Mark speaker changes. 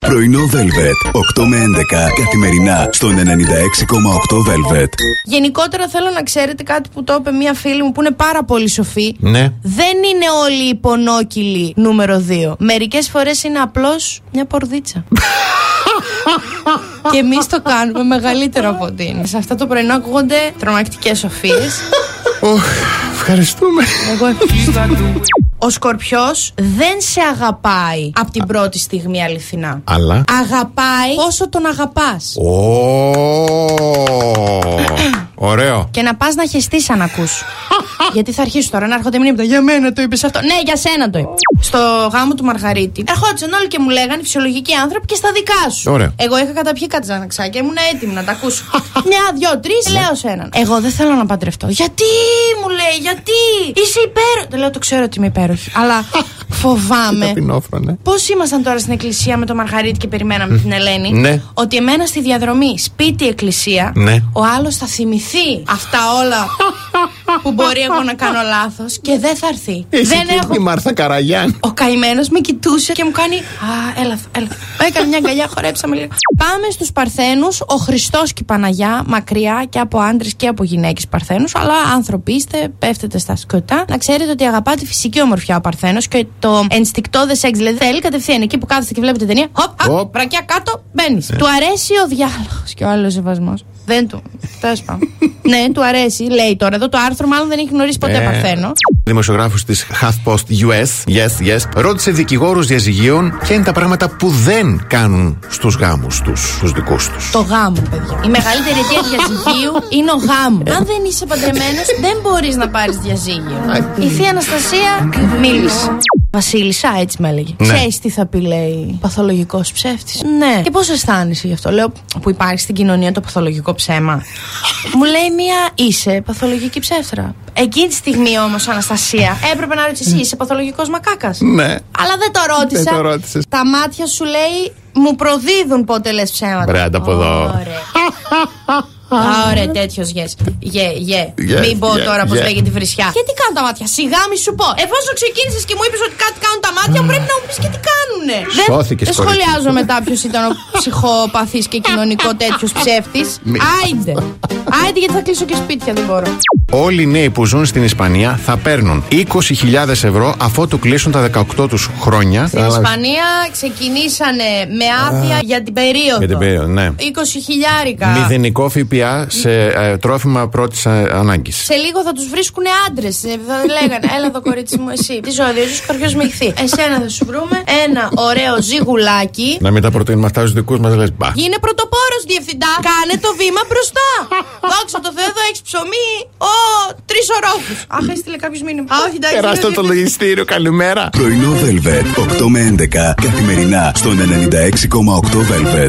Speaker 1: Πρωινό Velvet. 8 με 11 καθημερινά στον 96,8 Velvet.
Speaker 2: Γενικότερα θέλω να ξέρετε κάτι που το είπε μία φίλη μου που είναι πάρα πολύ σοφή.
Speaker 3: Ναι.
Speaker 2: Δεν είναι όλοι οι πονόκυλοι νούμερο 2. Μερικές φορές είναι απλώς μια πορδίτσα. Και εμείς το κάνουμε μεγαλύτερο από ότι είναι. Σε αυτά το πρωινό ακούγονται τρομακτικές σοφίες.
Speaker 3: Οχ, ευχαριστούμε.
Speaker 2: Εγώ Ο Σκορπιός δεν σε αγαπάει από την πρώτη στιγμή αληθινά.
Speaker 3: Αλλά.
Speaker 2: Αγαπάει όσο τον αγαπάς.
Speaker 3: Ω, Ωραίο.
Speaker 2: Και να πας να χεστείς αν ακούς. Γιατί θα αρχίσει τώρα να έρχονται μηνύματα. Για μένα το είπες αυτό. Ναι, για σένα το είπε. Στο γάμο του Μαργαρίτη. Ερχόντουσαν όλοι και μου λέγανε φυσιολογικοί άνθρωποι και στα δικά σου.
Speaker 3: Ωραία.
Speaker 2: Εγώ είχα καταπιεί κάτι ζαναξάκια, ήμουν έτοιμη να τα ακούσω. Μια, δυο, τρεις, λέω σε έναν. Εγώ δεν θέλω να παντρευτώ. Γιατί μου λέει, γιατί είσαι υπέροχη. Δεν λέω, το ξέρω ότι είμαι υπέροχη. Αλλά φοβάμαι.
Speaker 3: Ταπεινόφρονε.
Speaker 2: Πώς ήμασταν τώρα στην εκκλησία με τον Μαργαρίτη και περιμέναμε την Ελένη.
Speaker 3: Ναι.
Speaker 2: Ότι εμένα στη διαδρομή σπίτι-εκκλησία
Speaker 3: Ναι.
Speaker 2: ο άλλος θα θυμηθεί αυτά όλα που μπορεί εγώ να κάνω λάθος και δεν θα έρθει.
Speaker 3: Είσαι
Speaker 2: δεν
Speaker 3: και η Μάρθα Καραγιάν.
Speaker 2: Ο καημένος με κοιτούσε και μου κάνει Α, έλα, έλα. Έκανε μια αγκαλιά, χορέψαμε λίγο. Πάμε στους Παρθένους. Ο Χριστός και η Παναγιά, μακριά και από άντρες και από γυναίκες Παρθένους. Αλλά άνθρωποι είστε, πέφτετε στα σκοτά. Να ξέρετε ότι αγαπά τη φυσική ομορφιά ο Παρθένος και το ενστικτόδε σεξ. Δηλαδή θέλει κατευθείαν εκεί που κάθεστε και βλέπετε ταινία. Χοπ, χαπ,
Speaker 3: Οπ. Ε.
Speaker 2: βρακιά κάτω, μπαίνεις. Του αρέσει ο διάλογος και ο άλλος σεβασμός. Δεν του. Τέλος πάντων. ναι, του αρέσει. Λέει τώρα εδώ το άρθρο, μάλλον δεν έχει γνωρίσει ποτέ
Speaker 3: Ε.
Speaker 2: Παρθένο.
Speaker 3: Δημοσιογράφος της HuffPost US, yes, yes, ρώτησε δικηγόρους διαζυγίων ποια είναι τα πράγματα που δεν κάνουν στους γάμους τους, του δικούς τους.
Speaker 2: Το γάμο, παιδιά. Η μεγαλύτερη αιτία διαζυγίου είναι ο γάμος. Αν δεν είσαι παντρεμένος, δεν μπορείς να πάρεις διαζύγιο. Η θεία Αναστασία μίλησε. Βασίλισσα, έτσι με έλεγε.
Speaker 3: Ναι.
Speaker 2: Ξέρεις τι θα πει, λέει. Παθολογικός ψεύτης. Ναι. Και πώς αισθάνεσαι γι' αυτό, λέω, που υπάρχει στην κοινωνία το παθολογικό ψέμα. Μου λέει μία, είσαι παθολογική ψεύτρα. Εκείνη τη στιγμή όμως, Αναστασία, έπρεπε να ρωτήσεις εσύ, είσαι παθολογικός μακάκας.
Speaker 3: Ναι.
Speaker 2: Αλλά δεν το ρώτησα.
Speaker 3: Δεν το ρώτησες.
Speaker 2: Τα μάτια σου λέει μου προδίδουν πότε λες ψέματα.
Speaker 3: Μπρε, άντε από εδώ.
Speaker 2: Ωραία. Α, Ωραία, τέτοιος yes. Γες, γε.
Speaker 3: Yes,
Speaker 2: Μην πω
Speaker 3: yeah,
Speaker 2: τώρα πώ
Speaker 3: yeah.
Speaker 2: λέγεται η φρυσιά. Και τι κάνουν τα μάτια, σιγά μη σου πω. Εφόσον ξεκίνησες και μου είπες ότι κάτι κάνουν τα μάτια, πρέπει να μου πεις και τι κάνουνε. Δεν-
Speaker 3: Σώθηκες,
Speaker 2: Δεν
Speaker 3: κορίτσι.
Speaker 2: σχολιάζω μετά ποιο ήταν ο ψυχοπαθής και κοινωνικό τέτοιος ψεύτης.
Speaker 3: Μη.
Speaker 2: Άιντε. Άιντε γιατί θα κλείσω και σπίτια, δεν μπορώ.
Speaker 3: Όλοι οι νέοι που ζουν στην Ισπανία θα παίρνουν 20.000 ευρώ αφότου κλείσουν τα 18 τους χρόνια.
Speaker 2: Στην Ισπανία ξεκινήσανε με άδεια για την περίοδο.
Speaker 3: Για την περίοδο, ναι.
Speaker 2: 20 χιλιάρικα.
Speaker 3: Μηδενικό ΦΠΑ σε ε, τρόφιμα ε, πρώτη ανάγκης.
Speaker 2: Σε λίγο θα τους βρίσκουν άντρες. Ε, Θα λέγανε, έλα εδώ κορίτσι μου, εσύ. Τι ζωαδίου σου, καριό μειχθεί. Εσένα θα σου βρούμε ένα ωραίο ζυγουλάκι.
Speaker 3: Να μην τα προτείνουμε αυτά στους δικούς μας, λες μπα.
Speaker 2: Γίνε πρωτοπόρος, διευθυντά. Κάνε το βήμα μπροστά. Δόξα τω Θεώ, εδώ έχεις ψωμί. Ω, τρεις ορόφους. Αχ, έστειλε κάποιος μήνυμα. Α, όχι, εντάξει.
Speaker 3: Περάστε το λογιστήριο, καλημέρα.
Speaker 1: Πρωινό Velvet. 8 με 11 καθημερινά στον 96,8 Velvet.